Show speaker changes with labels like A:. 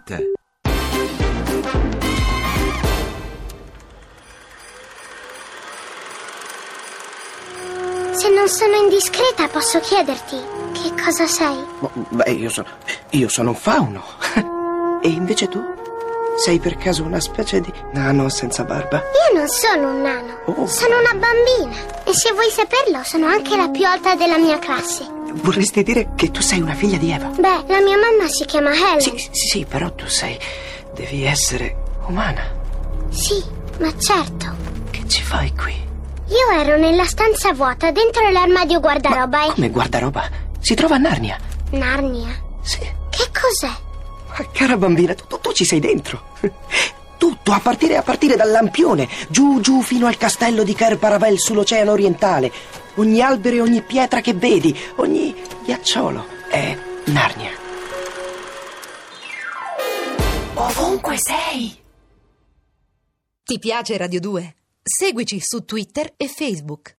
A: radio2pod.rai.it
B: Se non sono indiscreta posso chiederti che cosa sei?
C: Bo- Beh, io sono. Io sono un fauno. E invece tu? Sei per caso una specie di nano senza barba?
B: Io non sono un nano,
C: Oh.
B: sono una bambina e se vuoi saperlo sono anche la più alta della mia classe.
C: Vorresti dire che tu sei una figlia di Eva?
B: Beh, la mia mamma si chiama Helen.
C: Sì, sì, sì, però tu sei. devi essere umana.
B: Sì, ma certo.
C: Che ci fai qui?
B: Io ero nella stanza vuota dentro l'armadio guardaroba e...
C: Come guardaroba? Si trova a Narnia.
B: Narnia.
C: Sì.
B: Che cos'è?
C: Ma cara bambina, tu, tu- tu ci sei dentro. Tutto, a partire, a partire dal lampione, giù, giù fino al castello di Ker Paravel sull'oceano orientale. Ogni albero e ogni pietra che vedi, ogni ghiacciolo è Narnia.
D: Ovunque sei! Ti piace Radio 2? Seguici su Twitter e Facebook.